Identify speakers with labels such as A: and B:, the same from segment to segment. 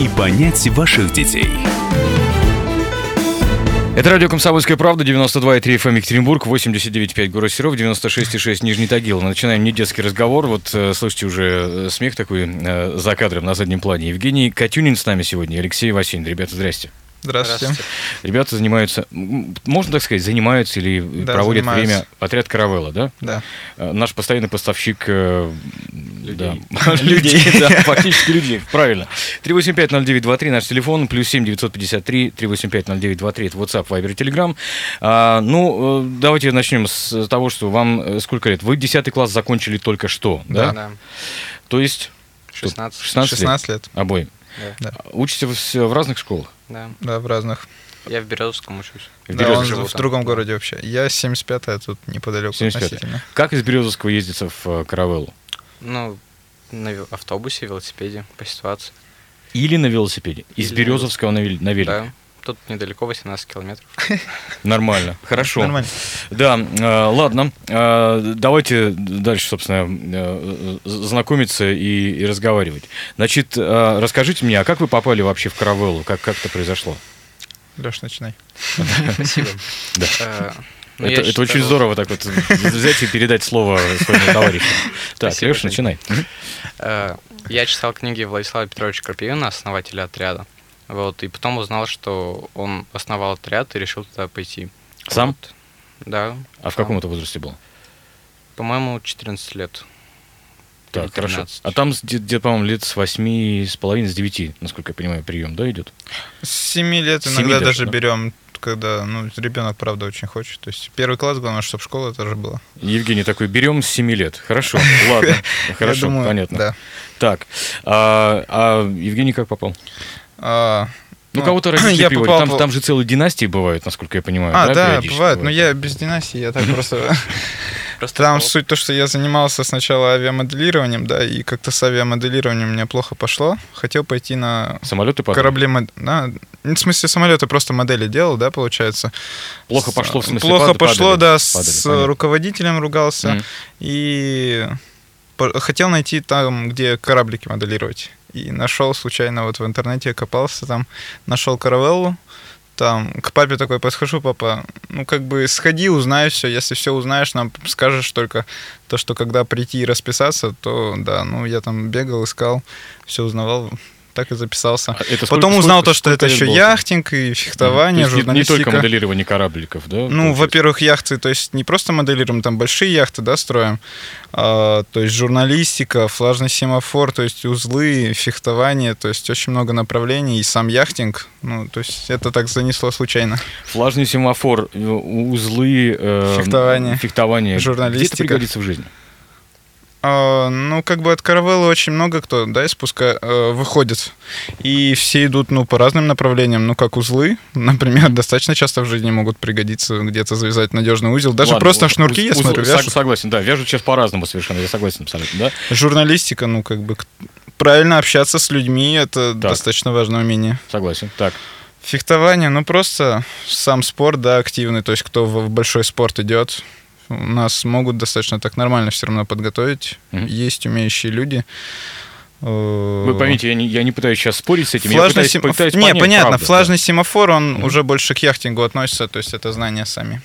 A: и понять ваших детей.
B: Это радио «Комсомольская правда», 92,3 FM эм, Екатеринбург, 89,5 город Серов, 96,6 Нижний Тагил. Начинаем не детский разговор. Вот э, слышите уже э, смех такой э, за кадром на заднем плане. Евгений Катюнин с нами сегодня, Алексей Васильевич. Ребята, здрасте.
C: Здравствуйте.
B: Ребята занимаются, м, можно так сказать, занимаются или
C: Да,
B: проводят
C: занимаются.
B: время отряд «Каравелла», да?
C: Да.
B: Э, Наш постоянный поставщик э, да. людей, да, фактически людей, правильно. 3850923 наш телефон, плюс 7953 3850923 это WhatsApp, Viber, Telegram. А, ну, э, давайте начнем с того, что вам э, сколько лет? Вы 10 класс закончили только что, да?
C: Да.
B: То есть Что,
D: 16.
B: 16, лет
C: 16 лет.
B: обоим.
C: Да.
B: А, Учитесь вы с- в разных школах?
D: Да.
C: Да, в разных.
D: Я в Березовском учусь.
B: В
C: Да,
B: Березовском
C: он
D: живу
C: в
D: там.
C: другом городе вообще. Я 75-я, тут неподалеку
B: 75-е.
C: относительно.
B: Как из Березовского ездится в э, Каравеллу?
D: Ну, на ве- автобусе, велосипеде, по ситуации.
B: Или на велосипеде? Из
D: Или на
B: Березовского на вел- на велике?
D: Да. Тут недалеко 18 километров.
B: Нормально, хорошо.
C: Нормально.
B: Да, э, ладно. Э, давайте дальше, собственно, э, э, знакомиться и, и разговаривать. Значит, э, расскажите мне, а как вы попали вообще в каравеллу? Как, как это произошло?
C: Леш, начинай.
D: Спасибо.
B: Да.
D: Э, ну, я
B: это это
D: считал-
B: очень здорово так вот взять и передать слово своему товарищу. Так,
D: Спасибо,
B: Леша,
D: Жень.
B: начинай.
D: Э, Я читал книги Владислава Петровича Крапивина, основателя отряда. Вот, и потом узнал, что он основал отряд и решил туда пойти.
B: Сам?
D: Вот. Да.
B: А в
D: сам.
B: каком это возрасте был?
D: По-моему, 14 лет.
B: Так,
D: Или
B: хорошо.
D: 13.
B: А там, с- где- где-то, по-моему, лет с восьми, с половиной, с девяти, насколько я понимаю, прием, да, идет?
C: С 7 лет
B: С семи
C: иногда
B: даже,
C: даже
B: да?
C: берем, когда ну, ребенок, правда, очень хочет. То есть первый класс, главное, чтобы школа тоже была.
B: Евгений такой, берем с семи лет. Хорошо, ладно,
C: Я
B: хорошо,
C: думаю,
B: понятно.
C: Да.
B: Так, а, а Евгений как попал?
C: А,
B: Ну,
C: Ну,
B: кого-то родители
C: я
B: приводят.
C: попал
B: Там,
C: по-
B: там же целые династии бывают, насколько я понимаю.
C: а, да,
B: периодически
C: бывает, но я без династии, я так просто...
D: Просто
C: Там
D: попал-
C: суть то, что я занимался сначала авиамоделированием, да, и как-то с авиамоделированием мне плохо пошло. Хотел пойти на
B: Самолеты падают.
C: корабли... мод- на- ну, В смысле, самолеты просто модели делал, да, получается.
B: Плохо
C: С-
B: пошло, в смысле,
C: Плохо
B: пад-
C: пошло,
B: падали,
C: да, с э,
B: падали, понятно.
C: руководителем ругался.
B: Мгм.
C: И по- хотел найти там, где кораблики моделировать. И нашел случайно вот в интернете, копался там, нашел каравеллу. Там к папе такой подхожу, папа, ну как бы сходи, узнай все. Если все узнаешь, нам скажешь только то, что когда прийти и расписаться, то да, ну я там бегал, искал, все узнавал, так и записался.
B: А это сколько-
C: Потом узнал
B: сколько-
C: то, что
B: сколько
C: это
B: лет
C: еще
B: было?
C: яхтинг и фехтование,
B: То есть не- не,
C: журналистика.
B: только моделирование корабликов, да?
C: Ну,
B: получается?
C: во-первых, яхты, то есть не просто моделируем, там большие яхты, да, строим, а, то есть журналистика, флажный семафор, то есть узлы, фехтование, то есть очень много направлений, и сам яхтинг, ну, то есть это так занесло случайно.
B: Флажный семафор, э, у- узлы... э,
C: Фехтование.
B: Фехтование. Где это
C: Журналистика.
B: пригодится в жизни?
C: А, ну, как бы от каравеллы очень много кто, да, из пуска э, выходит, и все идут, ну, по разным направлениям, ну, как узлы, например, достаточно часто в жизни могут пригодиться где-то завязать надежный узел, даже
B: Ладно,
C: просто
B: у-
C: шнурки, я
B: уз-
C: смотрю,
B: сог-
C: вяжут.
B: Согласен, да, вяжут сейчас по-разному совершенно, я согласен абсолютно, да?
C: Журналистика, ну, как бы, к- правильно общаться с людьми, это
B: Так.
C: достаточно важное умение.
B: Согласен, так.
C: Фехтование, ну, просто сам спорт, да, активный, то есть кто в в большой спорт идет, у нас могут достаточно так нормально все равно подготовить.
B: Мгм.
C: Есть умеющие люди.
B: Вы поймите, я не, я не пытаюсь сейчас спорить с этим, я
C: Флажный
B: пытаюсь,
C: сем-
B: пытаюсь
C: Не,
B: понять
C: понятно,
B: правду, да.
C: флажный семафор, он
B: Мгм.
C: уже больше к яхтингу относится, то есть это знания сами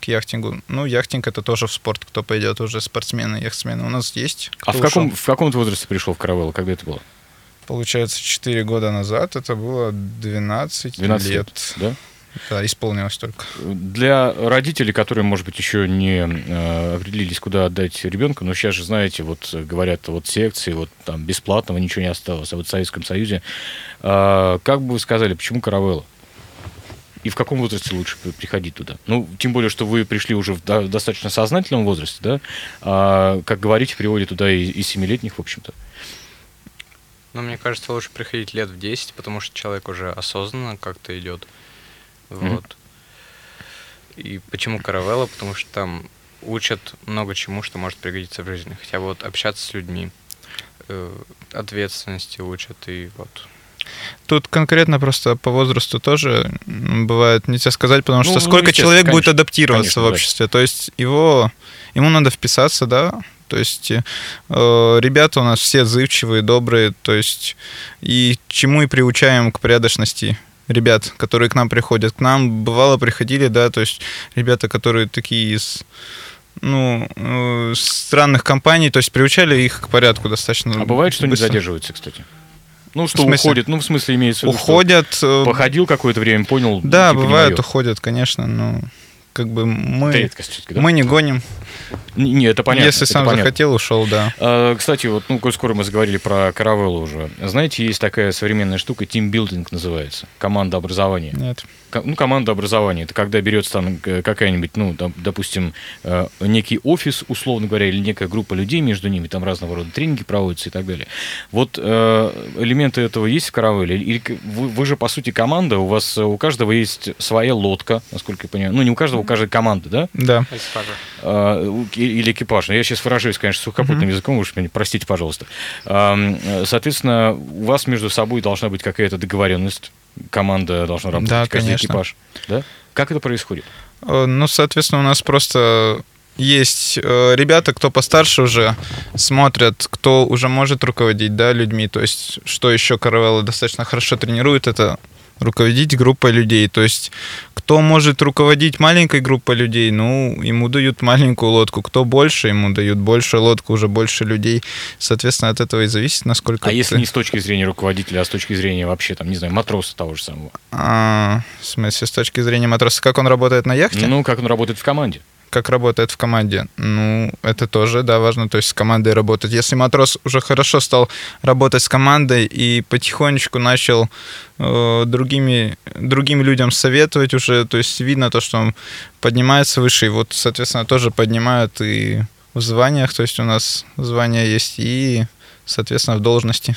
C: к яхтингу. Ну, яхтинг это тоже в спорт, кто пойдет, уже спортсмены, яхтсмены у нас есть.
B: А
C: кто
B: в
C: ушел.
B: каком, в каком ты возрасте пришел в каравеллу? Когда это было?
C: Получается, 4 года назад это было 12,
B: 12 лет,
C: лет.
B: да?
C: Да, исполнилось только.
B: Для родителей, которые, может быть, еще не э, определились, куда отдать ребенка, но сейчас же, знаете, вот э, говорят, вот секции, вот там бесплатного ничего не осталось, а вот в Советском Союзе. А, как бы вы сказали, почему каравелла? И в каком возрасте лучше при- приходить туда? Ну, тем более, что вы пришли уже в до- достаточно сознательном возрасте, да? А, как говорите, приводит туда и, и семилетних, в общем-то.
D: Но мне кажется, лучше приходить лет в 10, потому что человек уже осознанно как-то идет. Вот. И почему каравелла? Потому что там учат много чему, что может пригодиться в жизни. Хотя бы вот общаться с людьми, э, ответственности учат и вот.
C: Тут конкретно просто по возрасту тоже м, бывает нельзя сказать, потому
B: Ну,
C: что сколько
B: естественно,
C: человек будет
B: конечно,
C: адаптироваться
B: конечно,
C: в
B: да.
C: обществе. То есть его, ему надо вписаться, да. То есть э, э, ребята у нас все отзывчивые, добрые, то есть и чему и приучаем к порядочности ребят, которые к нам приходят. К нам бывало приходили, да, то есть ребята, которые такие из ну, э, странных компаний, то есть приучали их к порядку достаточно.
B: А бывает, что не
C: быстро.
B: задерживаются, кстати? Ну, что
C: В смысле?
B: уходит, ну, в смысле имеется в виду, что
C: Уходят, э,
B: походил какое-то время, понял.
C: Да,
B: типа, не
C: бывает,
B: моё.
C: уходят, конечно, но как бы мы,
B: Это редкость всё-таки, да?
C: мы не гоним.
B: Не, не, это понятно.
C: Если
B: это
C: сам
B: понятно.
C: захотел, ушел, да.
B: А, Кстати, вот, ну, коль скоро мы заговорили про каравеллу уже. Знаете, есть такая современная штука, тимбилдинг называется, команда образования.
C: Нет.
B: Ко- ну, команда образования. Это когда берется там э, какая-нибудь, ну, доп- допустим, э, некий офис, условно говоря, или некая группа людей между ними, там разного рода тренинги проводятся и так далее. Вот э, элементы этого есть в каравеле? Или к- вы, вы же, по сути, команда, у вас э, у каждого есть своя лодка, насколько я понимаю. Ну, не у каждого, у каждой команды, да?
C: Да.
B: А, у- и- или экипаж. Но Я сейчас выражаюсь, конечно, сухопутным языком, уж меня простите, пожалуйста. Ам, э, Соответственно, у вас между собой должна быть какая-то договоренность, команда должна работать,
C: Да,
B: каждый
C: конечно.
B: экипаж. Да? Как это происходит?
C: Э, Ну, соответственно, у нас просто есть э, ребята, кто постарше уже, смотрят, кто уже может руководить, да, людьми. То есть, что еще Каравелла достаточно хорошо тренирует, это руководить группой людей. То есть, кто может руководить маленькой группой людей, ну, ему дают маленькую лодку. Кто больше, ему дают больше лодку, уже больше людей. Соответственно, от этого и зависит, насколько...
B: А если
C: ты-
B: не с точки зрения руководителя, а с точки зрения вообще, там, не знаю, матроса того же самого?
C: А, в смысле, с точки зрения матроса, как он работает на яхте?
B: Ну, как он работает в команде?
C: как работает в команде. Ну, это тоже, да, важно, то есть с командой работать. Если матрос уже хорошо стал работать с командой и потихонечку начал э, другими, другим людям советовать уже, то есть видно то, что он поднимается выше, и вот, соответственно, тоже поднимают и в званиях, то есть у нас звания есть, и, соответственно, в должности.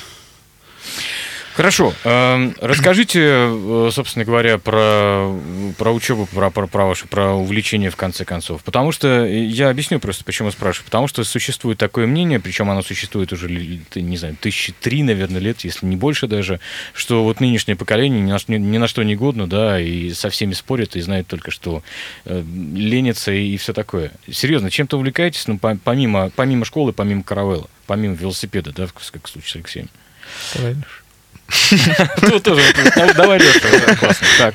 B: Хорошо. Эм, Расскажите, э, собственно говоря, про, про учебу, про, про, про ваше, про увлечение в конце концов. Потому что э, я объясню просто, почему спрашиваю. Потому что существует такое мнение, причем оно существует уже, ли- ты- не знаю, тысячи три, наверное, лет, если не больше даже, что вот нынешнее поколение ни на, ш- ни на что не годно, да, и со всеми спорят, и знают только, что э, ленится и, все такое. Серьезно, чем-то увлекаетесь, ну, по- помимо, помимо школы, помимо каравелла, помимо велосипеда, да, в, как в случае с Алексеем? Ну, тоже, ну, давай, Лёша, да, классно. Так,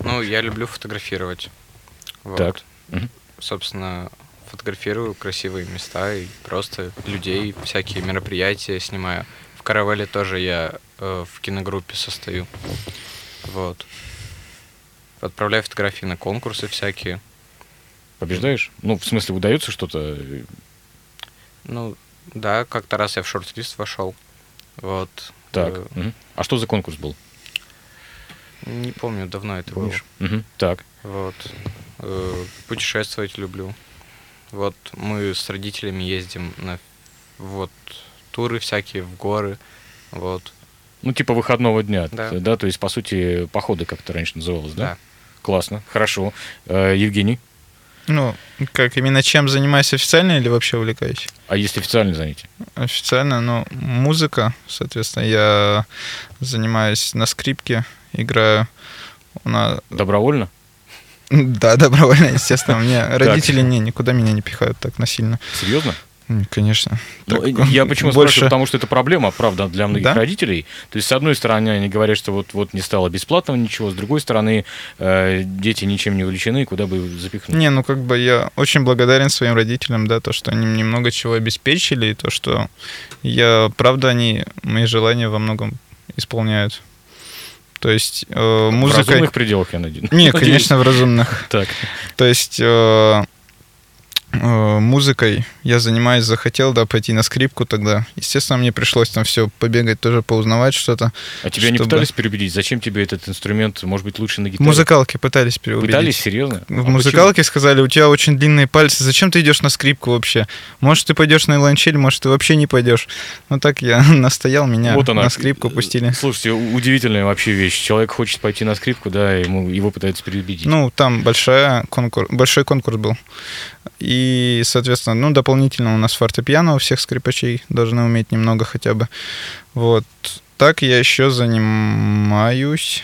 D: Ну, я люблю фотографировать. Вот.
B: Так. Мгм.
D: Собственно, фотографирую красивые места и просто людей, всякие мероприятия снимаю. В Каравеле тоже я э, в киногруппе состою. Вот. Отправляю фотографии на конкурсы всякие.
B: побеждаешь? Ну, в смысле, удается что-то?
D: Ну, да, как-то раз я в шорт-лист вошел. Вот.
B: Так.
D: Э,
B: мгм. А что за конкурс был?
D: Не помню, давно это было.
B: Мгм, Так.
D: Вот. Э, Путешествовать люблю. Вот мы с родителями ездим на вот туры всякие в горы. Вот.
B: Ну, типа выходного дня,
D: Да.
B: да? То есть, по сути, походы, как это раньше называлось, да?
D: Да.
B: Классно, хорошо. Э, Евгений,
C: Ну, как, именно чем занимаюсь официально или вообще увлекаюсь?
B: а есть официальные занятия?
C: Официально, ну, музыка, соответственно, я занимаюсь на скрипке, играю. У нас...
B: Добровольно?
C: Да, добровольно, естественно. Мне родители не, никуда меня не пихают так насильно.
B: Серьезно?
C: М, Конечно.
B: Ну,
C: Так,
B: я почему
C: э, больше-
B: спрашиваю, потому что это проблема, правда, для многих
C: Да?
B: родителей. То есть, с одной стороны, они говорят, что вот, вот не стало бесплатного ничего, с другой стороны, э, дети ничем не увлечены, куда бы их запихнуть.
C: Не, ну как бы я очень благодарен своим родителям, да, то, что они мне много чего обеспечили, и то, что я, правда, они мои желания во многом исполняют. То есть э,
B: В разумных
C: музыка...
B: пределах, я наде- надеюсь.
C: Не, конечно, в разумных.
B: Так.
C: То есть э, э, музыкой я занимаюсь, захотел, да, пойти на скрипку тогда. Естественно, мне пришлось там все побегать, тоже поузнавать что-то.
B: А тебя не
C: чтобы-
B: пытались переубедить? Зачем тебе этот инструмент? Может быть, лучше на гитаре?
C: Музыкалки пытались переубедить.
B: Пытались? Серьезно? А
C: В музыкалке сказали, у тебя очень длинные пальцы, зачем ты идешь на скрипку вообще? Может, ты пойдешь на ланчель, может, ты вообще не пойдешь. Ну так я настоял, меня
B: почему? Вот она.
C: на скрипку пустили.
B: Слушайте, у- удивительная вообще вещь. Человек хочет пойти на скрипку, да, ему его пытаются переубедить.
C: Ну, там большая конкур... большой конкурс был. И, соответственно, ну, дополнительно у нас фортепиано у всех скрипачей должны уметь немного хотя бы. Вот. Так я еще занимаюсь.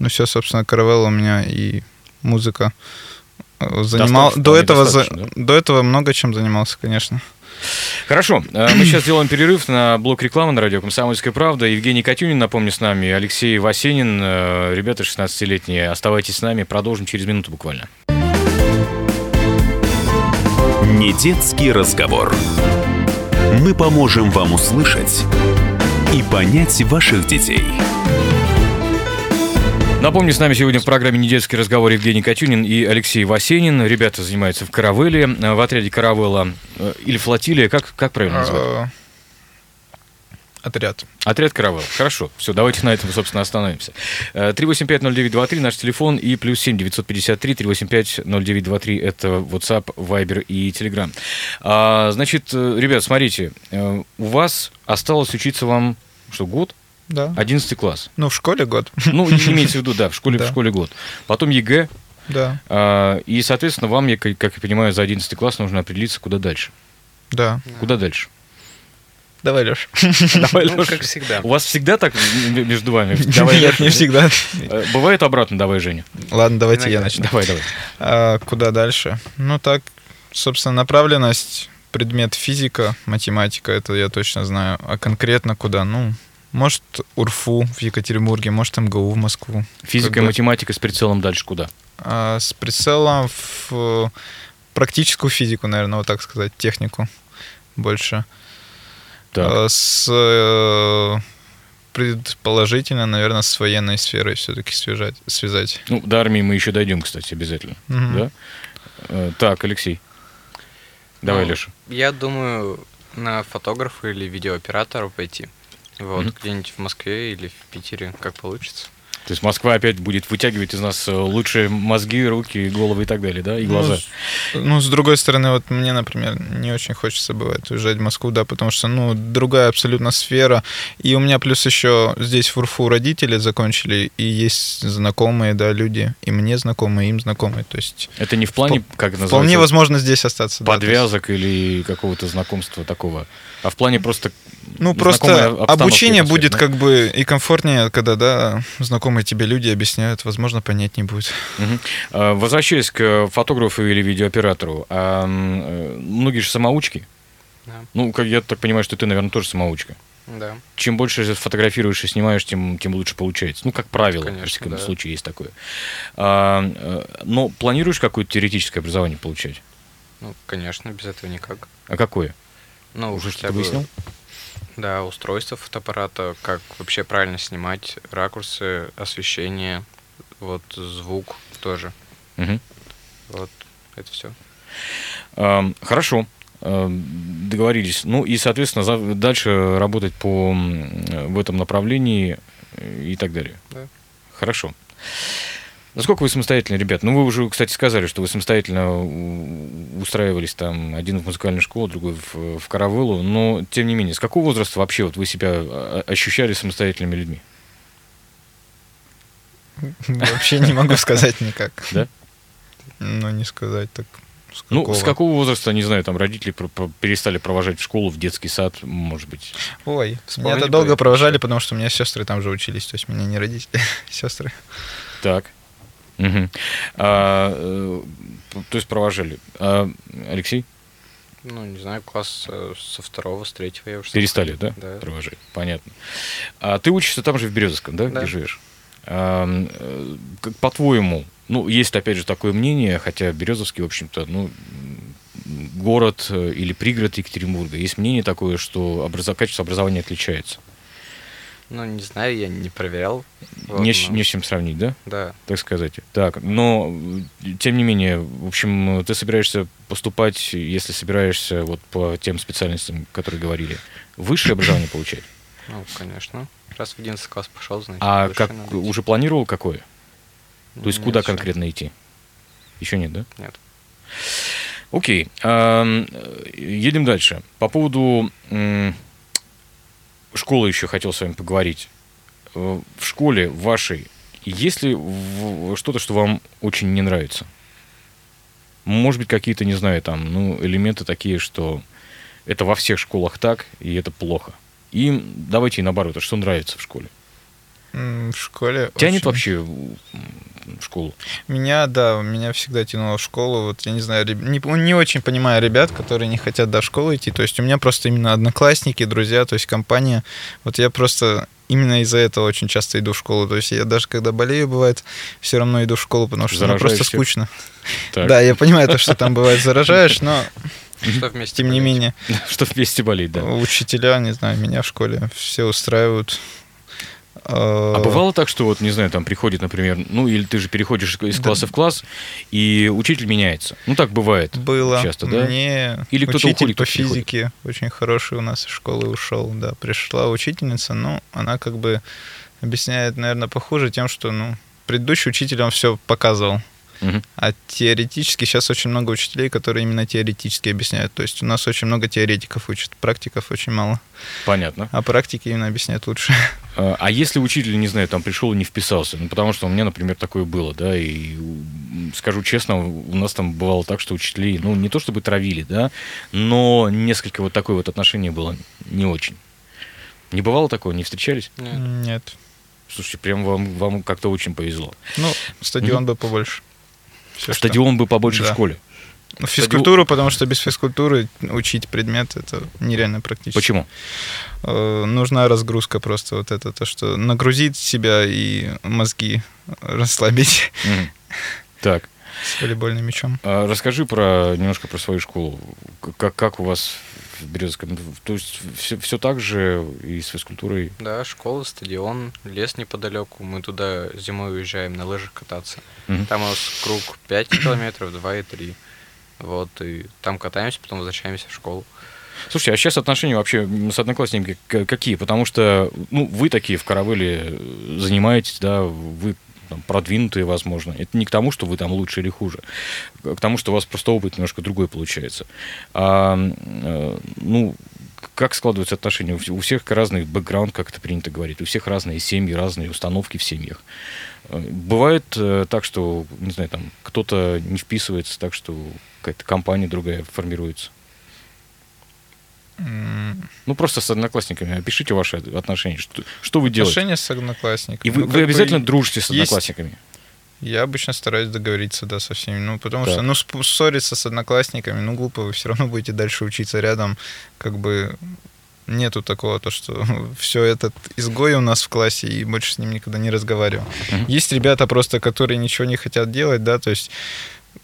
C: Ну, все, собственно, каравелла у меня и музыка. Э, Занимал...
B: Достаточно,
C: До,
B: вполне
C: этого за-
B: достаточно,
C: До этого много чем занимался, конечно.
B: Хорошо, э, мы сейчас сделаем перерыв на блок рекламы на радио «Комсомольская правда». Евгений Катюнин, напомню, с нами, Алексей Васенин. Э, Ребята 16-летние, оставайтесь с нами, продолжим через минуту буквально.
A: Не детский разговор. Мы поможем вам услышать и понять ваших детей.
B: Напомню, с нами сегодня в программе «Недетский разговор» Евгений Катюнин и Алексей Васенин. Ребята занимаются в «Каравелле», э, в отряде «Каравелла» э, или «Флотилия». Как, как правильно называют?
C: Э, Отряд.
B: Отряд «Каравелла». Хорошо, все, давайте на этом, собственно, остановимся. Э, 3850923 наш телефон и плюс 7 953 3850923 это WhatsApp, Viber и Telegram. А, значит, э, ребят, смотрите, э, у вас осталось учиться вам, что, год?
C: Да.
B: 11 класс.
C: Ну, в школе год.
B: Ну, имеется в виду, да, в школе, в
C: Да.
B: школе год. Потом ЕГЭ,
C: Да,
B: А, И, соответственно, вам, я, как как я понимаю, за 11 класс нужно определиться, куда дальше.
C: да.
B: Куда дальше?
C: Давай, Леш.
B: Давай,
D: Ну,
B: Лёша.
D: как всегда.
B: У вас всегда так м- м- между вами? Давай,
C: Нет,
B: Лёша.
C: не всегда.
B: Э, Бывает обратно, давай, Женя.
C: Ладно, давайте я
D: Иногда.
C: начну.
B: Давай, давай.
C: А куда дальше? Ну так, собственно, направленность, предмет физика, математика, это я точно знаю. А конкретно куда? Ну, может, УРФУ в Екатеринбурге, может, МГУ в Москву.
B: Физика и
C: бы-
B: математика с прицелом дальше куда?
C: А с прицелом в э, практическую физику, наверное, вот так сказать, технику больше.
B: Так.
C: А с э, предположительно, наверное, с военной сферой все-таки связать. связать.
B: Ну, до армии мы еще дойдем, кстати, обязательно.
C: Мгм.
B: Да? Э, Так, Алексей.
C: А.
B: Давай,
D: Ну,
B: Леша.
D: Я думаю, на фотографа или видеооператора пойти. Вот,
B: Мгм.
D: где-нибудь в Москве или в Питере, как получится.
B: То есть Москва опять будет вытягивать из нас э, лучшие мозги, руки, головы и так далее, да? И глаза.
C: Ну, с другой стороны, вот мне, например, не очень хочется бывает уезжать в Москву, да, потому что, ну, другая абсолютно сфера. И у меня плюс еще здесь в УРФУ родители закончили, и есть знакомые, да, люди, и мне знакомые, и им знакомые. То есть
B: Это не в плане, как это называется?
C: вполне возможно здесь остаться. да, то есть-
B: подвязок или какого-то знакомства такого, а в плане просто
C: Ну,
B: знакомой
C: просто
B: обстановки
C: обучение
B: атмосферы,
C: будет
B: да?
C: как бы и комфортнее, когда, да, знакомые тебе люди объясняют, возможно, понятнее будет.
B: Мгм. Э, Возвращаясь к э, фотографу или видеооператору, а, м, э, многие же самоучки.
D: Да.
B: Ну, как я так понимаю, что ты, наверное, тоже самоучка.
D: Да.
B: Чем больше фотографируешь и снимаешь, тем, тем лучше получается. Ну, как правило,
D: Конечно,
B: в всяком
D: да.
B: случае есть такое. А, э, но планируешь какое-то теоретическое образование получать?
D: Ну, конечно, без этого никак.
B: А какое?
D: Ну,
B: Уже
D: хотя
B: что-то
D: бы,
B: выяснил?
D: Да, устройство фотоаппарата, как вообще правильно снимать, ракурсы, освещение, вот звук тоже.
B: Мгм.
D: Вот это все.
B: Эм, Хорошо, Эм, договорились. Ну и, соответственно, за- дальше работать по м, э, в этом направлении э, и так далее.
D: Да.
B: Хорошо. Насколько вы самостоятельны, ребят? Ну, вы уже, кстати, сказали, что вы самостоятельно у- устраивались там один в музыкальную школу, другой в, в каравеллу, но, тем не менее, с какого возраста вообще вот вы себя э, ощущали самостоятельными людьми?
C: Вообще не могу сказать никак.
B: Да?
C: Ну, не сказать так. с
B: Ну, с
C: какого.
B: какого возраста, не знаю, там родители про- про- перестали провожать в школу, в детский сад, может быть?
C: Ой, меня
D: Вспомнили
C: это долго
D: бы.
C: провожали, потому что у меня сестры там же учились, то есть меня не родители, сестры.
B: Так. Мгм. А, э, п- то есть провожали. А, Алексей,
D: Ну, не знаю, класс э, со второго, с третьего я уже... сам-
B: перестали, да?
D: Да.
B: Провожать. Понятно. А ты учишься там же в Березовском, да,
D: Да.
B: где живешь? А, м, э, как по-твоему, ну, есть опять же такое мнение, хотя Березовский, в общем-то, ну, м, город э, или пригород Екатеринбурга, есть мнение такое, что образо- качество образования отличается.
D: Ну, не знаю, я не проверял. Вот,
B: Не, с-
D: но-
B: не с чем сравнить, да?
D: Да,
B: так сказать. Так, но э, тем не менее, в общем, ты собираешься поступать, если собираешься вот по тем специальностям, которые говорили, высшее образование получать.
D: ну, конечно. Раз в 11 класс пошел, значит,
B: А
D: дальше
B: как
D: надо идти. Ну,
B: уже планировал какое? То есть
D: Нет,
B: куда
D: ещё
B: конкретно идти? Еще нет, да?
D: Нет.
B: Окей. Ам, э, Едем дальше. По поводу м, школы еще хотел с вами поговорить. Э, В школе вашей есть ли в- что-то, что вам очень не нравится? Может быть, какие-то, не знаю, там, ну, элементы такие, что это во всех школах так, и это плохо. И давайте и наоборот, а что нравится в школе?
C: М, В школе...
B: Тянет
C: очень-
B: вообще м, в школу?
C: Меня, да, меня всегда тянуло в школу. Вот я не знаю, реб- не, п- не очень понимаю ребят, которые не хотят до школы идти. То есть у меня просто именно одноклассники, друзья, то есть компания. Вот я просто именно из-за этого очень часто иду в школу. То есть я даже когда болею, бывает, все равно иду в школу, потому что ну,
B: Заражаешь
C: просто
B: всех.
C: скучно.
B: Так,
C: Да, я понимаю то, что там бывает заражаешь, но
D: Что вместе
C: тем не
D: болеть.
C: менее
B: Что вместе болеть, да.
C: Ну, учителя, не знаю, меня в школе все устраивают.
B: А
C: Э,
B: бывало так, что вот, не знаю, там приходит, например, ну или ты же переходишь из
C: Да.
B: класса в класс, и учитель меняется. Ну так бывает.
C: Было.
B: Часто, да?
C: Мне
B: Или кто-то
C: учитель
B: уходит,
C: по
B: кто-то приходит.
C: физике очень хороший у нас из школы ушел, да. Пришла учительница, но она как бы объясняет, наверное, похуже тем, что, ну, предыдущий учитель, он все показывал.
B: Мгм.
C: А теоретически сейчас очень много учителей, которые именно теоретически объясняют. То есть у нас очень много теоретиков учат, практиков очень мало.
B: Понятно.
C: А практики именно объясняют лучше.
B: А а если учитель, не знаю, там пришел и не вписался, ну потому что у меня, например, такое было, да, и м, скажу честно, у нас там бывало так, что учителей, ну не то чтобы травили, да, но несколько вот такое вот отношение было не очень. Не бывало такого, не встречались?
D: Нет.
C: Нет.
B: Слушайте, прям вам, вам как-то очень повезло.
C: Ну, стадион бы побольше. Всё, что-
B: А Стадион бы побольше в
C: Да.
B: школе.
C: Ну, Физкультуру, потому что без физкультуры учить предмет это нереально практически.
B: Почему?
C: Э, нужна разгрузка просто вот это то, что нагрузить себя и мозги расслабить
B: Мгм. Так.
C: с волейбольным мячом.
B: А Расскажи про немножко про свою школу. К- Как, как у вас в Березовском? То есть все, все так же и с физкультурой?
D: Да, школа, стадион, лес неподалеку. Мы туда зимой уезжаем на лыжах кататься.
B: Мгм.
D: Там у нас круг 5 километров, 2 и 3. Вот, и там катаемся, потом возвращаемся в школу.
B: Слушай, а сейчас отношения вообще м, с одноклассниками к- какие? Потому что ну, вы такие в каравеле э, занимаетесь, да, вы там, продвинутые, возможно. Это не к тому, что вы там лучше или хуже, а к тому, что у вас просто опыт немножко другой получается. А, м, э, ну, как складываются отношения? У вс- У всех разный бэкграунд, как это принято говорить. У всех разные семьи, разные установки в семьях. Э, Бывает э, так, что, не знаю, там кто-то не вписывается, так что какая-то компания другая формируется.
C: М,
B: Ну, просто с одноклассниками. Опишите ваши отношения. Что, что вы делаете?
C: Отношения с одноклассниками.
B: И вы,
C: Ну,
B: вы
C: как бы
B: обязательно дружите с
C: есть.
B: одноклассниками.
C: Я обычно стараюсь договориться, да, со всеми. Ну, потому
B: Так.
C: что, ну, спо- ссориться с одноклассниками, ну, глупо, вы все равно будете дальше учиться рядом. Как бы нету такого, то, что все этот изгой у нас в классе, и больше с ним никогда не разговаривал. Есть ребята просто, которые ничего не хотят делать, да, то есть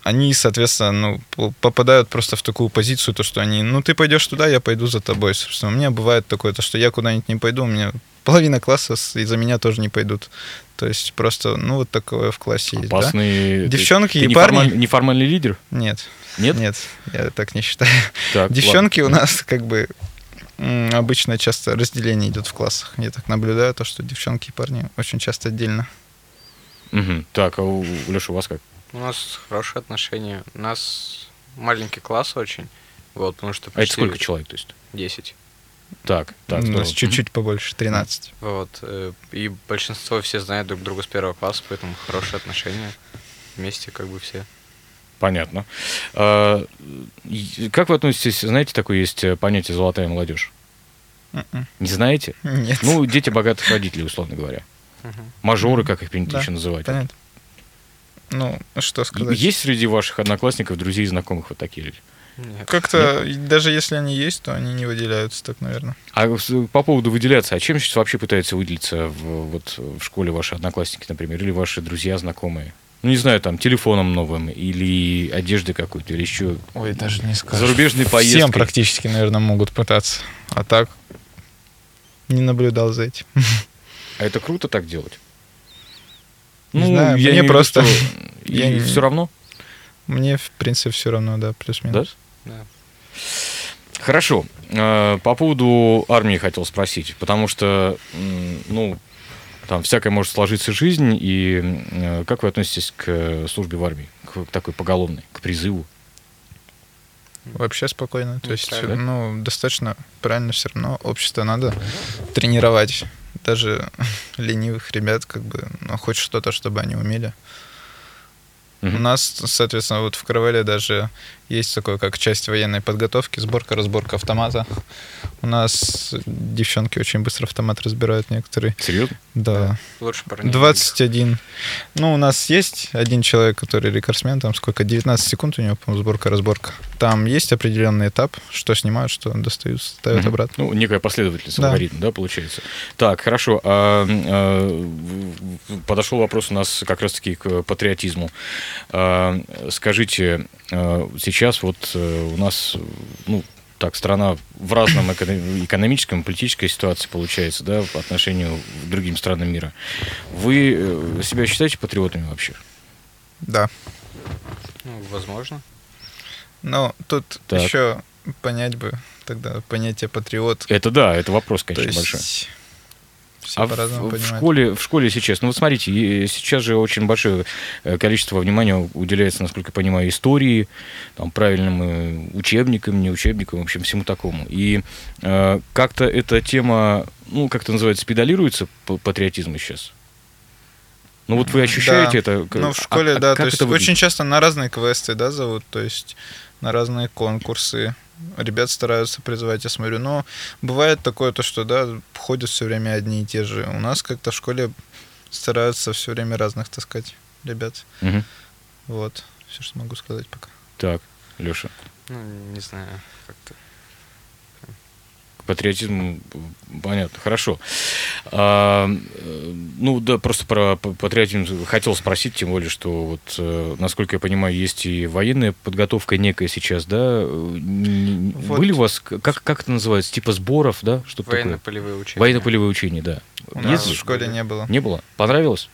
C: они, соответственно, ну, по- попадают просто в такую позицию, то, что они, ну, ты пойдешь туда, я пойду за тобой, собственно. У меня бывает такое, то, что я куда-нибудь не пойду, у меня половина класса с- из-за меня тоже не пойдут. То есть просто, ну, вот такое в классе есть, да?
B: Опасные. ты-
C: Девчонки
B: ты
C: и
B: неформаль-
C: парни.
B: Неформальный лидер?
C: Нет,
B: Нет?
C: нет, я так не считаю.
B: Так,
C: Девчонки у нас как бы м, обычно часто разделение идет в классах. Я так наблюдаю, то, что девчонки и парни очень часто отдельно.
B: ладно. Мгм. Так, а у Леша, у вас как?
D: У нас хорошие отношения. У нас маленький класс очень. Вот, потому что
B: А это
D: почти
B: сколько человек, то есть?
D: 10.
B: Так, так,
C: У нас
B: здорово.
C: Ну, чуть-чуть побольше, 13.
D: Вот. э, И большинство все знают друг друга с первого класса, поэтому хорошие отношения. Вместе как бы все.
B: Понятно. А, и- как вы относитесь, знаете, такое есть э, понятие «золотая молодежь»?
C: Мгм.
B: Не знаете?
C: М-м. Нет.
B: Ну, дети богатых родителей, условно говоря.
D: Мгм.
B: Мажоры, как их принято
C: Да,
B: еще называть.
C: Понятно. Ну, что сказать.
B: Есть среди ваших одноклассников, друзей и знакомых вот такие люди?
D: Нет.
C: Как-то, и даже если они есть, то они не выделяются так, наверное.
B: А с- по поводу выделяться, а чем сейчас вообще пытаются выделиться в, вот, в школе ваши одноклассники, например, или ваши друзья, знакомые? Ну, не знаю, там, телефоном новым, или одеждой какой-то, или еще
C: Ой, даже не скажу.
B: зарубежной поездкой.
C: Всем практически, наверное, могут пытаться. А так не наблюдал за этим.
B: А это круто так делать? Ну,
C: Не знаю, мне
B: имею в виду,
C: просто-
B: что И
C: я не-
B: все равно,
C: Мне, в принципе, все равно, да,
B: да?
C: плюс-минус.
D: Да.
B: Хорошо. Э, По поводу армии хотел спросить, потому что, м, ну, там всякое может сложиться жизнь, и э, как вы относитесь к э, службе в армии, к к такой поголовной, к призыву?
C: Вообще спокойно. То
D: Ну,
C: есть,
D: правильно.
C: ну, достаточно правильно все равно. Общество надо тренировать. Даже ленивых ребят, как бы, ну, хоть что-то, чтобы они умели. У
B: Мгм.
C: нас, соответственно, вот в Кровеле даже есть такое, как часть военной подготовки, сборка-разборка автомата. У нас девчонки очень быстро автомат разбирают некоторые.
B: Серьезно?
C: Да.
D: Лучше парней.
C: 21. Ну, у нас есть один человек, который рекордсмен, там сколько, 19 секунд у него, по-моему, сборка-разборка. Там есть определенный этап, что снимают, что достают, ставят
B: Мгм.
C: обратно.
B: Ну, некая последовательность
C: Да.
B: алгоритм, да, получается. Так, хорошо. а, м, а, в- в- подошел вопрос у нас как раз-таки к патриотизму. А, скажите, а, сейчас вот э, у нас, э, ну, так, страна в разном эконом- экономическом, политической ситуации получается, да, по отношению к другим странам мира. Вы э, себя считаете патриотами вообще?
C: Да.
D: Ну, возможно.
C: Но тут
B: Так.
C: еще понять бы тогда понятие патриот.
B: Это да, это вопрос,
C: То
B: конечно, большой.
C: есть все
B: А в,
C: по-разному
B: в
C: понимают.
B: школе, в школе сейчас, ну вот смотрите, и сейчас же очень большое э, количество внимания уделяется, насколько я понимаю, истории, там, правильным э, учебникам, не учебникам, в общем, всему такому. И э, как-то эта тема, ну, как это называется, педалируется по патриотизму сейчас? Ну вот вы ощущаете
C: Да.
B: это? К-
C: Ну, в
B: а-
C: школе,
B: а
C: да,
B: как
C: то есть
B: это выглядит?
C: очень часто на разные квесты, да, зовут, то есть на разные конкурсы. Ребят стараются призывать, я смотрю. Но бывает такое то, что, да, ходят все время одни и те же. У нас как-то в школе стараются все время разных таскать ребят.
B: Мгм.
C: Вот, все, что могу сказать пока.
B: Так, Леша,
D: Ну, не знаю, как-то.
B: к патриотизму э, понятно, хорошо. А, э, ну да, просто про п- патриотизм хотел спросить, тем более, что вот, э, насколько я понимаю, есть и военная подготовка некая сейчас, да? э, н- н-
C: Вот.
B: Были у вас, к- как, как это называется, типа сборов, да? Что-то такое?
D: Военно-полевые учения.
B: Военно-полевые учения, да.
C: У
B: Есть
C: нас в
B: же?
C: школе не было.
B: Не было? Понравилось?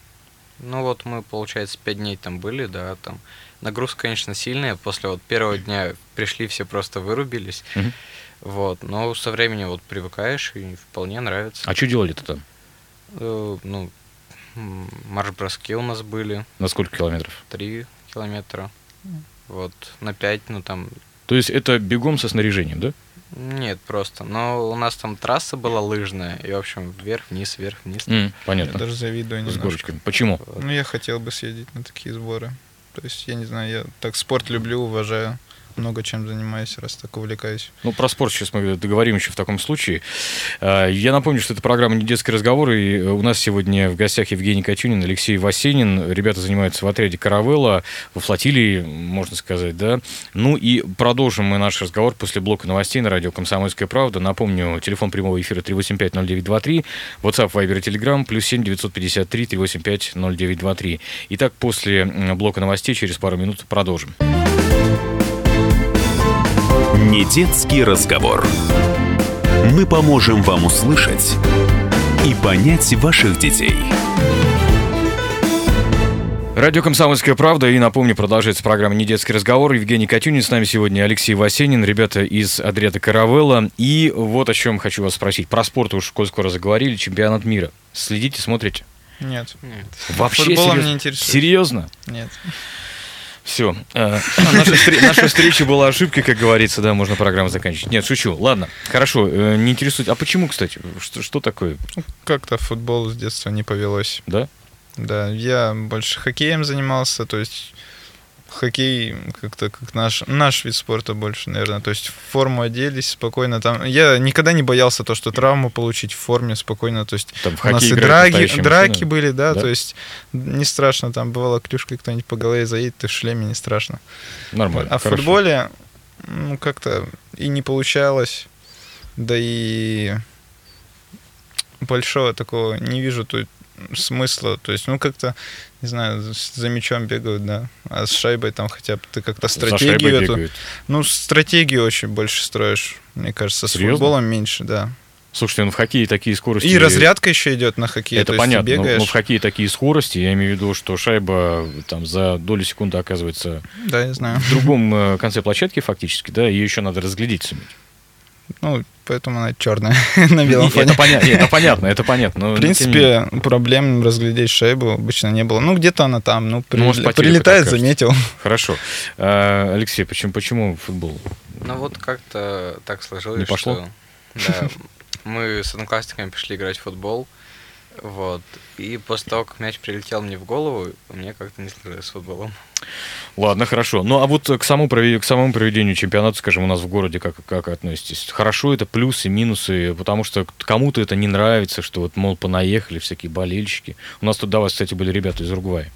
D: Ну вот мы, получается, пять дней там были, да, там нагрузка, конечно, сильная. После вот первого дня пришли, все просто вырубились.
B: Мгм.
D: Вот, но со временем вот привыкаешь и вполне нравится.
B: А что делали-то там?
D: Э, Ну, м, марш-броски у нас были,
B: На сколько километров?
D: три километра. Вот, на пять, ну там,
B: То есть это бегом со снаряжением, да?
D: нет, просто. Но у нас там трасса была лыжная, и, в общем, вверх-вниз, вверх-вниз.
B: М,
C: Я
B: понятно.
C: даже
B: С
C: завидую немножко.
B: горочками. Почему?
C: Ну, я хотел бы съездить на такие сборы. То есть, я не знаю, я так спорт люблю, уважаю, много чем занимаюсь, раз так увлекаюсь.
B: Ну, про спорт сейчас мы договорим еще в таком случае. Э, Я напомню, что это программа «Не детский разговор», и э, у нас сегодня в гостях Евгений Катюнин, Алексей Васенин. Ребята занимаются в отряде «Каравелла», во флотилии, можно сказать, да. Ну и продолжим мы наш разговор после блока новостей на радио «Комсомольская правда». Напомню, телефон прямого эфира 385-0923, WhatsApp, Viber и Telegram, плюс 7 953 385 0923. Итак, после м, блока новостей через пару минут продолжим.
A: Не детский разговор. Мы поможем вам услышать и понять ваших детей.
B: Радио «Комсомольская правда» и, напомню, продолжается программа «Недетский разговор». Евгений Катюнин, с нами сегодня Алексей Васенин, ребята из отряда «Каравелла». И вот о чем хочу вас спросить. Про спорт уж коль скоро заговорили, чемпионат мира. Следите, смотрите.
C: Нет,
D: Нет.
B: Вообще
C: футболом
B: серьезно?
C: не интересуюсь.
B: Серьезно?
C: нет.
B: Все. А, Наша встр- наша встреча была ошибкой, как говорится, да, можно программу заканчивать. Нет, шучу. Ладно, хорошо, э, не интересует. А почему, кстати? Что, что такое?
C: Как-то в футбол с детства не повелось.
B: Да?
C: Да, я больше хоккеем занимался, то есть хоккей как-то как наш, наш вид спорта больше, наверное. То есть в форму оделись спокойно. Там, я никогда не боялся то, что травму получить в форме спокойно. То есть
B: Там в
C: у нас
B: хоккей
C: и
B: играют
C: драги,
B: настоящие
C: драки
B: мужчины.
C: были, да,
B: Да.
C: то есть не страшно. Там бывало клюшкой кто-нибудь по голове заедет, ты в шлеме, не страшно.
B: Нормально.
C: а в
B: хорошо.
C: футболе ну, как-то и не получалось, да и большого такого не вижу тут смысла. То есть, ну, как-то, не знаю, с- за мячом бегают, да, а с шайбой там хотя бы ты как-то
B: За шайбой
C: стратегию эту...
B: бегают.
C: Ну, стратегию очень больше строишь, мне кажется, с
B: Серьезно?
C: футболом меньше, да.
B: Слушайте, ну в хоккее такие скорости...
C: И разрядка еще идет на хоккее.
B: Это
C: то есть ты
B: понятно, но,
C: бегаешь.
B: но в хоккее такие скорости, я имею в виду, что шайба там за долю секунды оказывается
C: Да, я знаю.
B: в другом э, конце площадки фактически, да, ее еще надо разглядеть суметь.
C: Ну, поэтому она черная на белом
B: Не,
C: фоне.
B: Это, поня- не, это понятно, это понятно. но,
C: В
B: ну, тем не менее.
C: принципе, проблем разглядеть шайбу обычно не было. Ну, где-то она там, ну, при-
B: может, по телеку
C: прилетает,
B: так кажется.
C: заметил.
B: Хорошо. А, Алексей, почему, почему футбол?
D: Ну вот как-то так сложилось,
B: Не пошло?
D: что да, мы с одноклассниками пришли играть в футбол. Вот. И после того, как мяч прилетел мне в голову, мне как-то не сложилось с футболом.
B: Ладно, хорошо. Ну, а вот э, к самому, прове- к самому проведению чемпионата, скажем, у нас в городе как, как относитесь? Хорошо это, плюсы, минусы, потому что к- кому-то это не нравится, что вот, мол, понаехали всякие болельщики. У нас тут до вас, кстати, были ребята из Уругвая.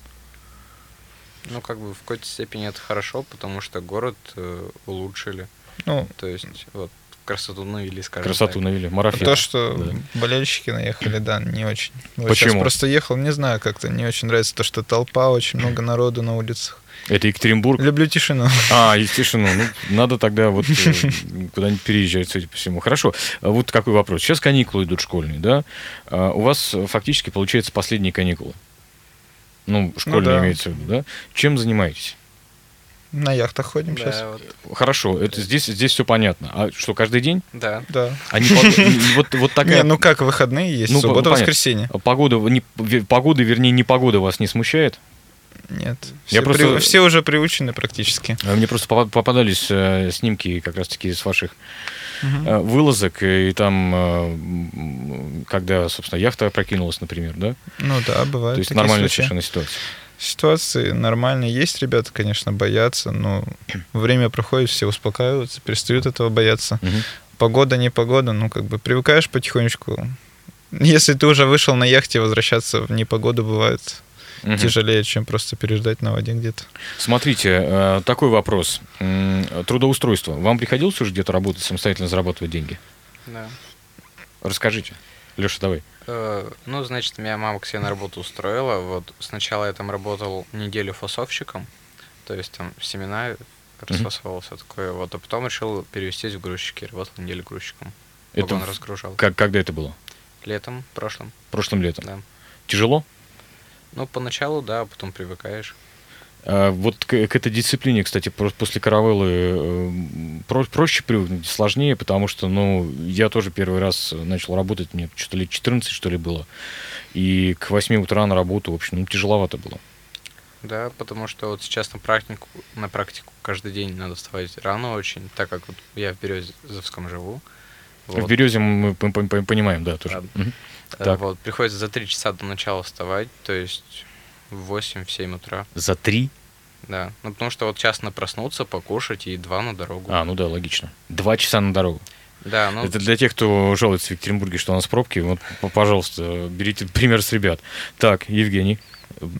D: Ну, как бы в какой-то степени это хорошо, потому что город э, улучшили.
C: Ну,
D: То есть, вот, красоту навели, скажем
B: Красоту
D: так.
B: навели, марафет.
C: то, что
B: да.
C: болельщики наехали, да, не очень. Вот
B: Почему?
C: щас просто ехал, не знаю, как-то не очень нравится то, что толпа, очень много народу на улицах.
B: Это Екатеринбург.
C: Люблю тишину.
B: А, естественно, ну, надо тогда вот э, куда-нибудь переезжать, судя по всему. Хорошо, а вот какой вопрос. Сейчас каникулы идут школьные, да? А у вас э, фактически, получается, последние каникулы. Ну, школьные
C: да.
B: имеется в виду, да? Чем занимаетесь?
C: На яхтах ходим
D: Да,
C: сейчас.
D: вот,
B: Хорошо, это здесь, здесь все понятно. А что, каждый день? А
D: да.
C: Да.
B: Они вот, вот такая
C: Не, ну как, выходные есть,
B: Ну, по-
C: суббота,
B: понятно.
C: воскресенье.
B: погода, не, ве- погода, вернее, непогода вас не смущает?
C: Нет.
B: Я
C: Все
B: просто-
C: при- Все уже приучены практически.
B: А Мне просто попа- попадались э, снимки как раз-таки из ваших э, вылазок, и там, э, м, когда, собственно, яхта опрокинулась, например, да?
C: Ну да,
B: То
C: бывает.
B: есть нормальная
C: случаи.
B: совершенно ситуация.
C: Ситуации нормальные есть, ребята, конечно, боятся, но время проходит, все успокаиваются, перестают этого бояться.
B: Мгм.
C: Погода, не погода, ну как бы привыкаешь потихонечку. Если ты уже вышел на яхте, возвращаться в непогоду бывает
B: Мгм.
C: тяжелее, чем просто переждать на воде где-то.
B: Смотрите, э, такой вопрос. М, Трудоустройство. Вам приходилось уже где-то работать, самостоятельно зарабатывать деньги?
D: да.
B: Расскажите. Леша, давай.
D: Э, Ну, значит, меня мама к себе на работу устроила. Вот сначала я там работал неделю фасовщиком, то есть там семена расфасовал, все такое. Вот, а потом решил перевестись в грузчики, работал неделю грузчиком.
B: Это
D: Вагон
B: в-
D: разгружал.
B: Как, когда это было?
D: Летом, прошлым,
B: Прошлым летом.
D: да.
B: Тяжело?
D: Ну, поначалу, да, а потом привыкаешь.
B: А Вот к, к этой дисциплине, кстати, про- после каравеллы э, про- проще привыкнуть, сложнее, потому что, ну, я тоже первый раз начал работать, мне что-то лет 14, что ли, было, и к 8 утра на работу, в общем, ну, тяжеловато было.
D: Да, потому что вот сейчас на практику, на практику каждый день надо вставать рано очень, так как вот я в Березовском живу.
B: В
D: Вот.
B: «Березе» мы п- п- п- понимаем, да, тоже.
D: Ладно.
B: Мгм.
D: Э,
B: Так.
D: Вот, приходится за три часа до начала вставать, то есть в 8-7 утра,
B: За три?
D: да. Ну, потому что вот час на проснуться, покушать и два на дорогу.
B: А, ну да, логично. Два часа на дорогу.
D: Да, ну,
B: Это для тех, кто жалуется в Екатеринбурге, что у нас пробки. Вот, п- пожалуйста, берите пример с ребят. Так, Евгений,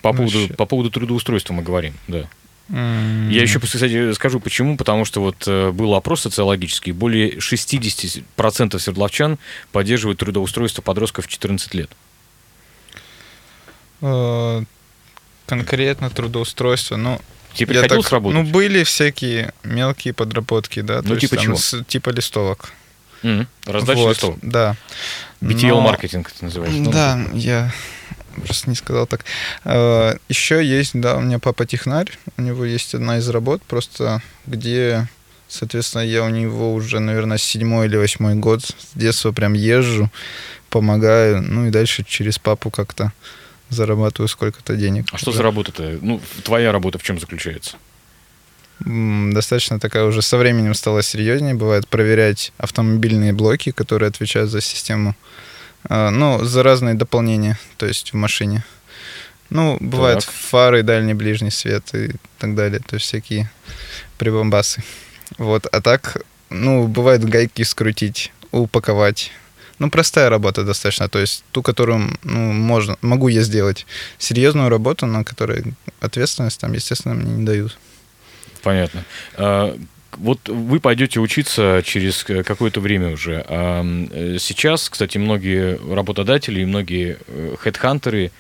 B: по поводу,
C: щас.
B: по поводу трудоустройства мы говорим, да.
C: М,
B: Я еще, кстати, скажу почему, потому что вот э, был опрос социологический, более 60% свердловчан поддерживают трудоустройство подростков в 14 лет.
C: э, Конкретно трудоустройство, ну,
B: Тебе
C: Я
B: приходилось
C: так-
B: работать?
C: Ну, были всякие мелкие подработки, да.
B: Ну, типа
C: там
B: чего?
C: с- типа листовок.
B: Мгм. Раздача
C: ну, Вот,
B: листовок.
C: Да. Но-
B: BTL-маркетинг это называется. Ну,
C: Да, я просто не сказал так. Э, Еще есть, да, у меня папа технарь, у него есть одна из работ, просто где, соответственно, я у него уже, наверное, седьмой или восьмой год с детства прям езжу, помогаю, ну и дальше через папу как-то зарабатываю сколько-то денег.
B: А что
C: уже.
B: за работа-то? Ну, твоя работа в чем заключается?
C: М, достаточно такая уже со временем стала серьезнее. Бывает проверять автомобильные блоки, которые отвечают за систему, э, ну, за разные дополнения, то есть в машине. Ну, бывают
B: Так.
C: фары, дальний, ближний свет и так далее, то есть всякие прибамбасы. Вот, а так, ну, бывает гайки скрутить, упаковать. Ну, простая работа достаточно, то есть ту, которую ну, можно, могу я сделать. Серьезную работу, на которой ответственность там, естественно, мне не дают.
B: Понятно. А, Вот вы пойдете учиться через к- какое-то время уже. А, м, э, Сейчас, кстати, многие работодатели и многие э, хедхантеры,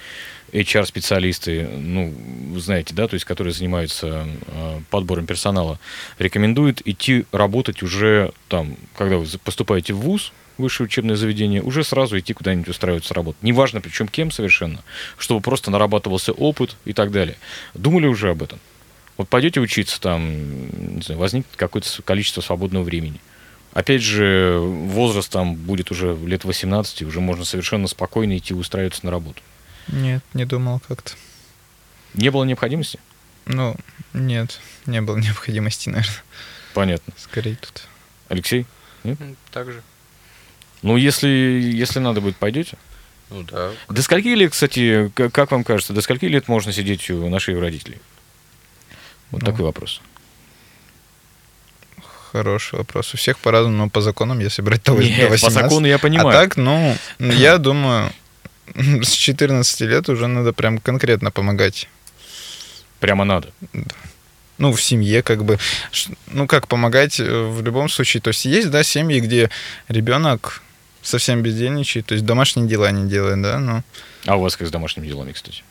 B: HR-специалисты, ну, вы знаете, да, то есть, которые занимаются э, подбором персонала, рекомендуют идти работать уже там, когда вы за- поступаете в ВУЗ, высшее учебное заведение, уже сразу идти куда-нибудь устраиваться работать. Неважно, причем кем совершенно, чтобы просто нарабатывался опыт и так далее. Думали уже об этом? Вот пойдете учиться, там, не знаю, возникнет какое-то с- количество свободного времени. Опять же, возраст там будет уже лет 18, и уже можно совершенно спокойно идти устраиваться на работу.
C: Нет, не думал как-то.
B: Не было необходимости?
C: Ну, нет, не было необходимости, наверное,
B: Понятно.
C: скорее тут.
B: Алексей?
D: М, Так же.
B: Ну, если, если надо будет, пойдете?
D: Ну да.
B: До скольки лет, кстати, к- как вам кажется, до скольки лет можно сидеть у наших родителей? Вот
C: Ну.
B: такой вопрос.
C: Хороший вопрос. У всех по-разному, но по законам, если брать того,
B: Нет,
C: до
B: по
C: 18.
B: закону я понимаю.
C: А так, ну, я думаю, с 14 лет уже надо прям конкретно помогать.
B: Прямо надо.
C: Ну, в семье как бы. Ш- Ну, как помогать э, в любом случае. То есть есть, да, семьи, где ребенок совсем бездельничает, то есть домашние дела не делает, да, ну,
B: А у вас как с домашними делами, кстати?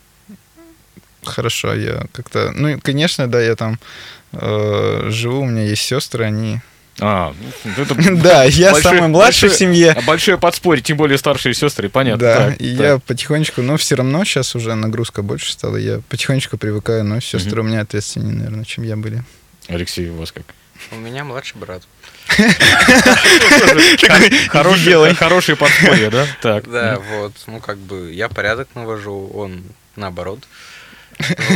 C: хорошо, я как-то... Ну, и, конечно, да, я там э, живу, у меня есть сестры, они...
B: А, ну, это
C: Да, я
B: большое-
C: самый младший в
B: большое-
C: семье.
B: а, Большое подспорье, тем более старшие сестры, понятно.
C: Да,
B: так,
C: и
B: так.
C: я потихонечку, но все равно сейчас уже нагрузка больше стала, я потихонечку привыкаю, но сестры у меня ответственнее, наверное, чем я были.
B: Алексей, у вас как?
D: У меня младший брат.
B: Хорошее, хорошее подспорье, да? Так.
D: Да, вот. Ну, как бы я порядок навожу, он наоборот.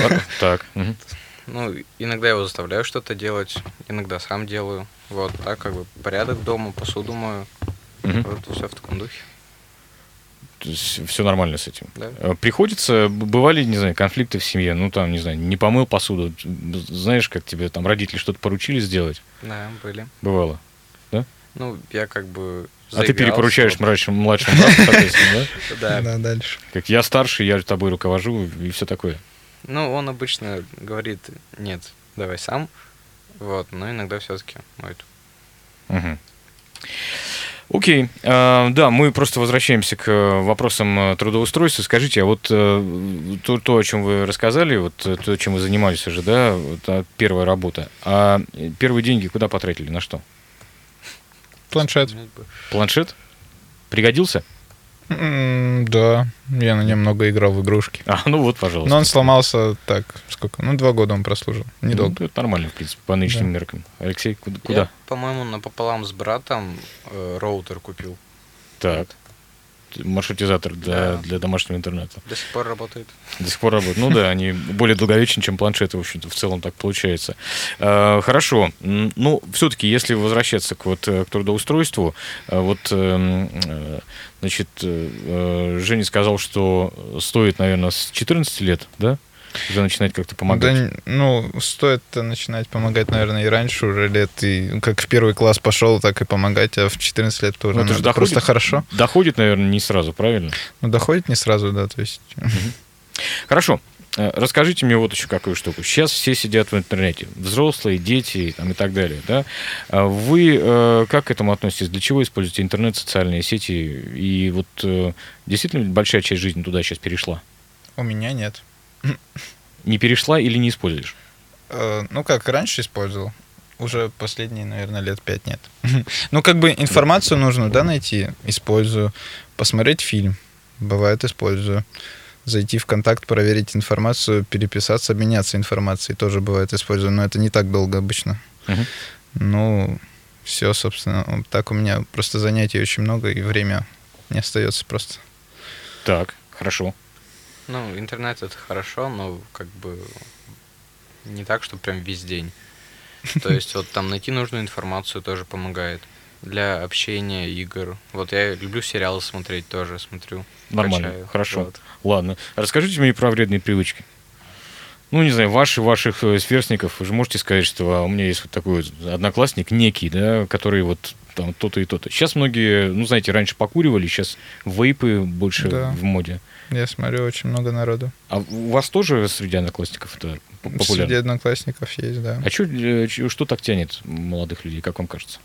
B: Ладно, Так. мгм.
D: Ну, иногда я его заставляю что-то делать, иногда сам делаю. Вот, так как бы порядок дома, посуду мою.
B: Мгм.
D: Вот все в таком духе.
B: То есть все нормально с этим.
D: Да.
B: Э, Приходится, б- бывали, не знаю, конфликты в семье, ну там, не знаю, не помыл посуду, знаешь, как тебе там родители что-то поручили сделать,
D: Да, были.
B: бывало.
D: Ну, я как бы
B: а ты
D: заигрался,
B: перепоручаешь
D: вот.
B: младшему, младшему брату, соответственно, да?
D: Да.
C: Да, дальше.
B: Как я старший, я тобой руковожу и все такое.
D: Ну, он обычно говорит, нет, давай сам. Вот, но иногда все-таки моет.
B: Мгм. Окей, Э, да, мы просто возвращаемся к э, вопросам э, трудоустройства. Скажите, а вот э, то, то, о чем вы рассказали, вот э, то, чем вы занимались уже, да, вот, а, первая работа, а э, первые деньги куда потратили, на что?
C: Планшет.
B: Планшет? Пригодился?
C: М, Да, я на нем много играл в игрушки.
B: А, ну вот, пожалуйста.
C: Но он сломался так, сколько? Ну, два года он прослужил. Недолго.
B: Ну, это нормально, в принципе, по нынешним
C: Да.
B: меркам. Алексей, куда?
D: Я,
B: куда?
D: по-моему, напополам с братом э, роутер купил.
B: Так. Маршрутизатор для,
D: Да.
B: для домашнего интернета.
D: До сих пор работает.
B: До сих пор работают. Ну да, они более долговечны, чем планшеты, в общем-то, в целом так получается. Э, Хорошо. М, Ну, все-таки, если возвращаться к, вот, э, к трудоустройству, э, вот, эм, э, значит, э, э, Женя сказал, что стоит, наверное, с 14 лет, да, уже начинать как-то
C: Да,
B: помогать.
C: н- ну, стоит начинать помогать, наверное, и раньше уже лет. И как в первый класс пошел, так и помогать, а в 14 лет тоже.
B: Ну, это же
C: надо.
B: доходит.
C: Просто хорошо.
B: Доходит, наверное, не сразу, правильно?
C: Ну, доходит не сразу, да, то есть.
B: Хорошо. Э, Расскажите мне вот еще какую штуку. Сейчас все сидят в интернете. Взрослые, дети там, и так далее. Да? А Вы э, как к этому относитесь? Для чего используете интернет, социальные сети? И вот э, действительно ли большая часть жизни туда сейчас перешла?
C: У меня нет.
B: Не перешла или не используешь?
C: Э, Ну, как раньше использовал. Уже последние, наверное, лет пять нет. Ну, как бы информацию нужно, да, найти. Использую. Посмотреть фильм. Бывает, использую. Зайти в контакт, проверить информацию, переписаться, обменяться информацией. Тоже бывает, использую. Но это не так долго обычно.
B: Мгм.
C: Ну, все, собственно. Вот Так у меня просто занятий очень много, и время не остается просто.
B: Так, хорошо.
D: Ну, интернет это хорошо, но как бы не так, что прям весь день. То есть вот там найти нужную информацию тоже помогает. Для общения, игр. Вот я люблю сериалы смотреть тоже, смотрю.
B: Нормально,
D: качаю.
B: хорошо.
D: Вот.
B: Ладно. Расскажите мне про вредные привычки. Ну, не знаю, ваши, ваших э, сверстников, вы же можете сказать, что «А, у меня есть вот такой вот одноклассник некий, да, который вот там то-то и то-то. Сейчас многие, ну, знаете, раньше покуривали, сейчас вейпы больше
C: Да.
B: в моде.
C: Я смотрю, очень много народу.
B: А у вас тоже среди одноклассников это п-
C: Среди
B: популярно?
C: одноклассников есть, да.
B: А чё, э, чё- что так тянет молодых людей, как вам кажется?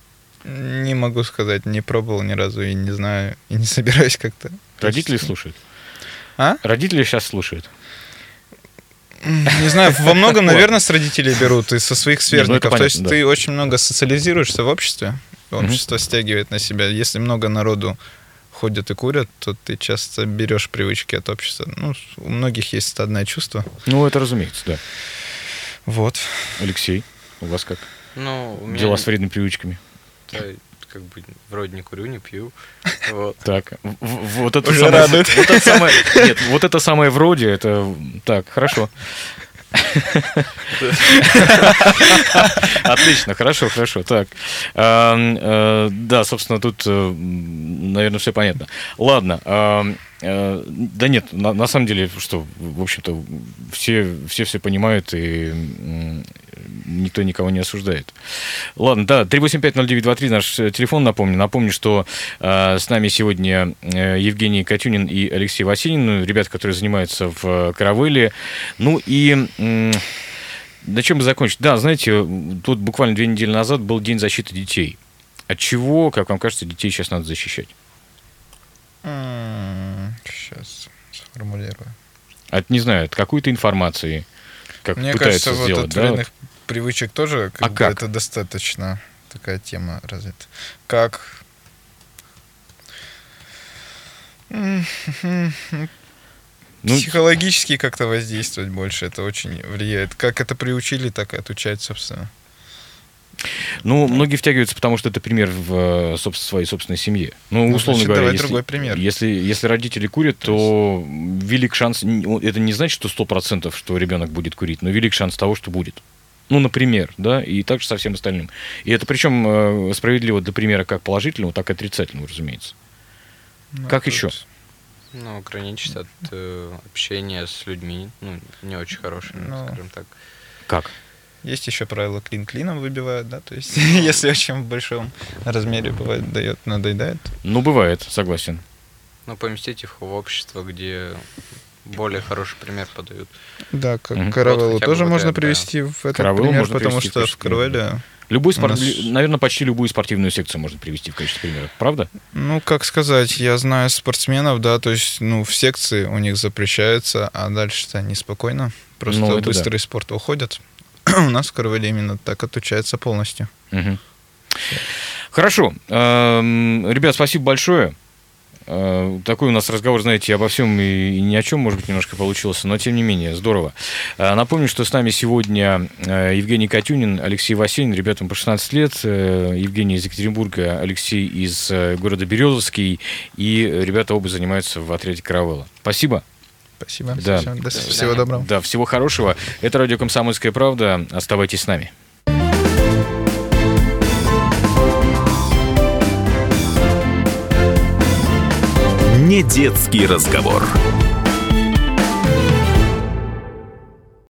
C: Не могу сказать, не пробовал ни разу и не знаю, и не собираюсь как-то.
B: Родители слушают?
C: А?
B: Родители сейчас слушают.
C: Не знаю, во многом, наверное, с родителей берут и со своих
B: Не, ну это
C: сверстников. То
B: понятно,
C: есть
B: да.
C: ты очень много социализируешься в обществе. общество стягивает на себя. Если много народу ходят и курят, то ты часто берешь привычки от общества. Ну, с- у многих есть стадное чувство.
B: Ну, это разумеется, да.
C: Вот.
B: Алексей, у вас как?
D: Ну, у меня
B: Дела с вредными привычками.
D: это, как бы вроде не курю, не пью. Вот.
B: Так, в- в- вот это
C: Уже
B: самое...
C: радует.
B: Вот это самое... Нет, вот это самое вроде, это... Так, хорошо. Отлично, хорошо, хорошо. Так, Эм, э, да, собственно, тут, э, наверное, все понятно. Ладно. эм, э, Да нет, на, на самом деле, что, в общем-то, все все, все понимают и м, никто никого не осуждает. Ладно, да, 3850923 наш э, телефон, напомню. Напомню, что э, с нами сегодня э, Евгений Катюнин и Алексей Васинин, ну, ребята, которые занимаются в э, Каравелле. Ну и... м, на чем мы закончили? Да, знаете, тут буквально две недели назад был День защиты детей. От чего, как вам кажется, детей сейчас надо защищать?
C: Сейчас сформулирую.
B: От, не знаю, от какой-то информации, как
C: Мне
B: пытаются
C: кажется, вот
B: сделать,
C: от
B: да?
C: вредных привычек тоже как
B: А
C: бы,
B: как?
C: это достаточно такая тема развита. Как? М,
B: Ну,
C: Психологически как-то воздействовать больше, это очень влияет. Как это приучили, так и отучать, собственно.
B: Ну, многие втягиваются, потому что это пример в э, собс- своей собственной семье. Ну,
C: Ну,
B: условно
C: значит,
B: говоря,
C: давай
B: если,
C: другой пример.
B: Если, если родители курят, то велик шанс... Это не значит, что 100% что ребенок будет курить, но велик шанс того, что будет. Ну, например, да, и также со всем остальным. И это причем э, справедливо для примера как положительного, так и отрицательного, разумеется.
C: Ну,
B: Как
C: тут
B: еще?
D: Ну, ограничить от э, общения с людьми, ну, не очень хорошими,
C: Ну.
D: скажем так.
B: Как?
C: Есть еще правило клин клином выбивают, да, то есть если очень в большом размере бывает дает, надоедает.
B: Ну, бывает, согласен.
D: Но поместить их в общество, где более хороший пример подают.
C: Да, как
B: Мгм.
C: Каравеллу
D: Вот хотя бы
C: тоже
D: вот
C: можно
D: это, да.
C: привести в этот
B: Каравеллу
C: пример,
B: можно
C: потому
B: привести
C: что в
B: исключительно.
C: Каравелле
B: Любой
C: У
B: спор-
C: нас-
B: лю- Наверное, почти любую спортивную секцию можно привести в качестве примера, правда?
C: Ну, как сказать, я знаю спортсменов, да, то есть, ну, в секции у них запрещается, а дальше-то они спокойно. Просто
B: Ну, это
C: в
B: да.
C: быстрый спорт уходят. у нас в Карвеле именно так отучается полностью.
B: Мгм. Хорошо. Эм, Ребят, спасибо большое. Э, Такой у нас разговор, знаете, обо всем и и ни о чем, может быть, немножко получился, но тем не менее, здорово. Э, Напомню, что с нами сегодня э, Евгений Катюнин, Алексей Васенин, ребятам по 16 лет, э, Евгений из Екатеринбурга, Алексей из э, города Березовский, и э, ребята оба занимаются в отряде «Каравелла». Спасибо.
C: Спасибо.
B: Да.
C: Всем до- Всего
D: свидания.
C: доброго.
B: Да, всего хорошего. Это радио «Комсомольская правда». Оставайтесь с нами.
A: Не детский разговор.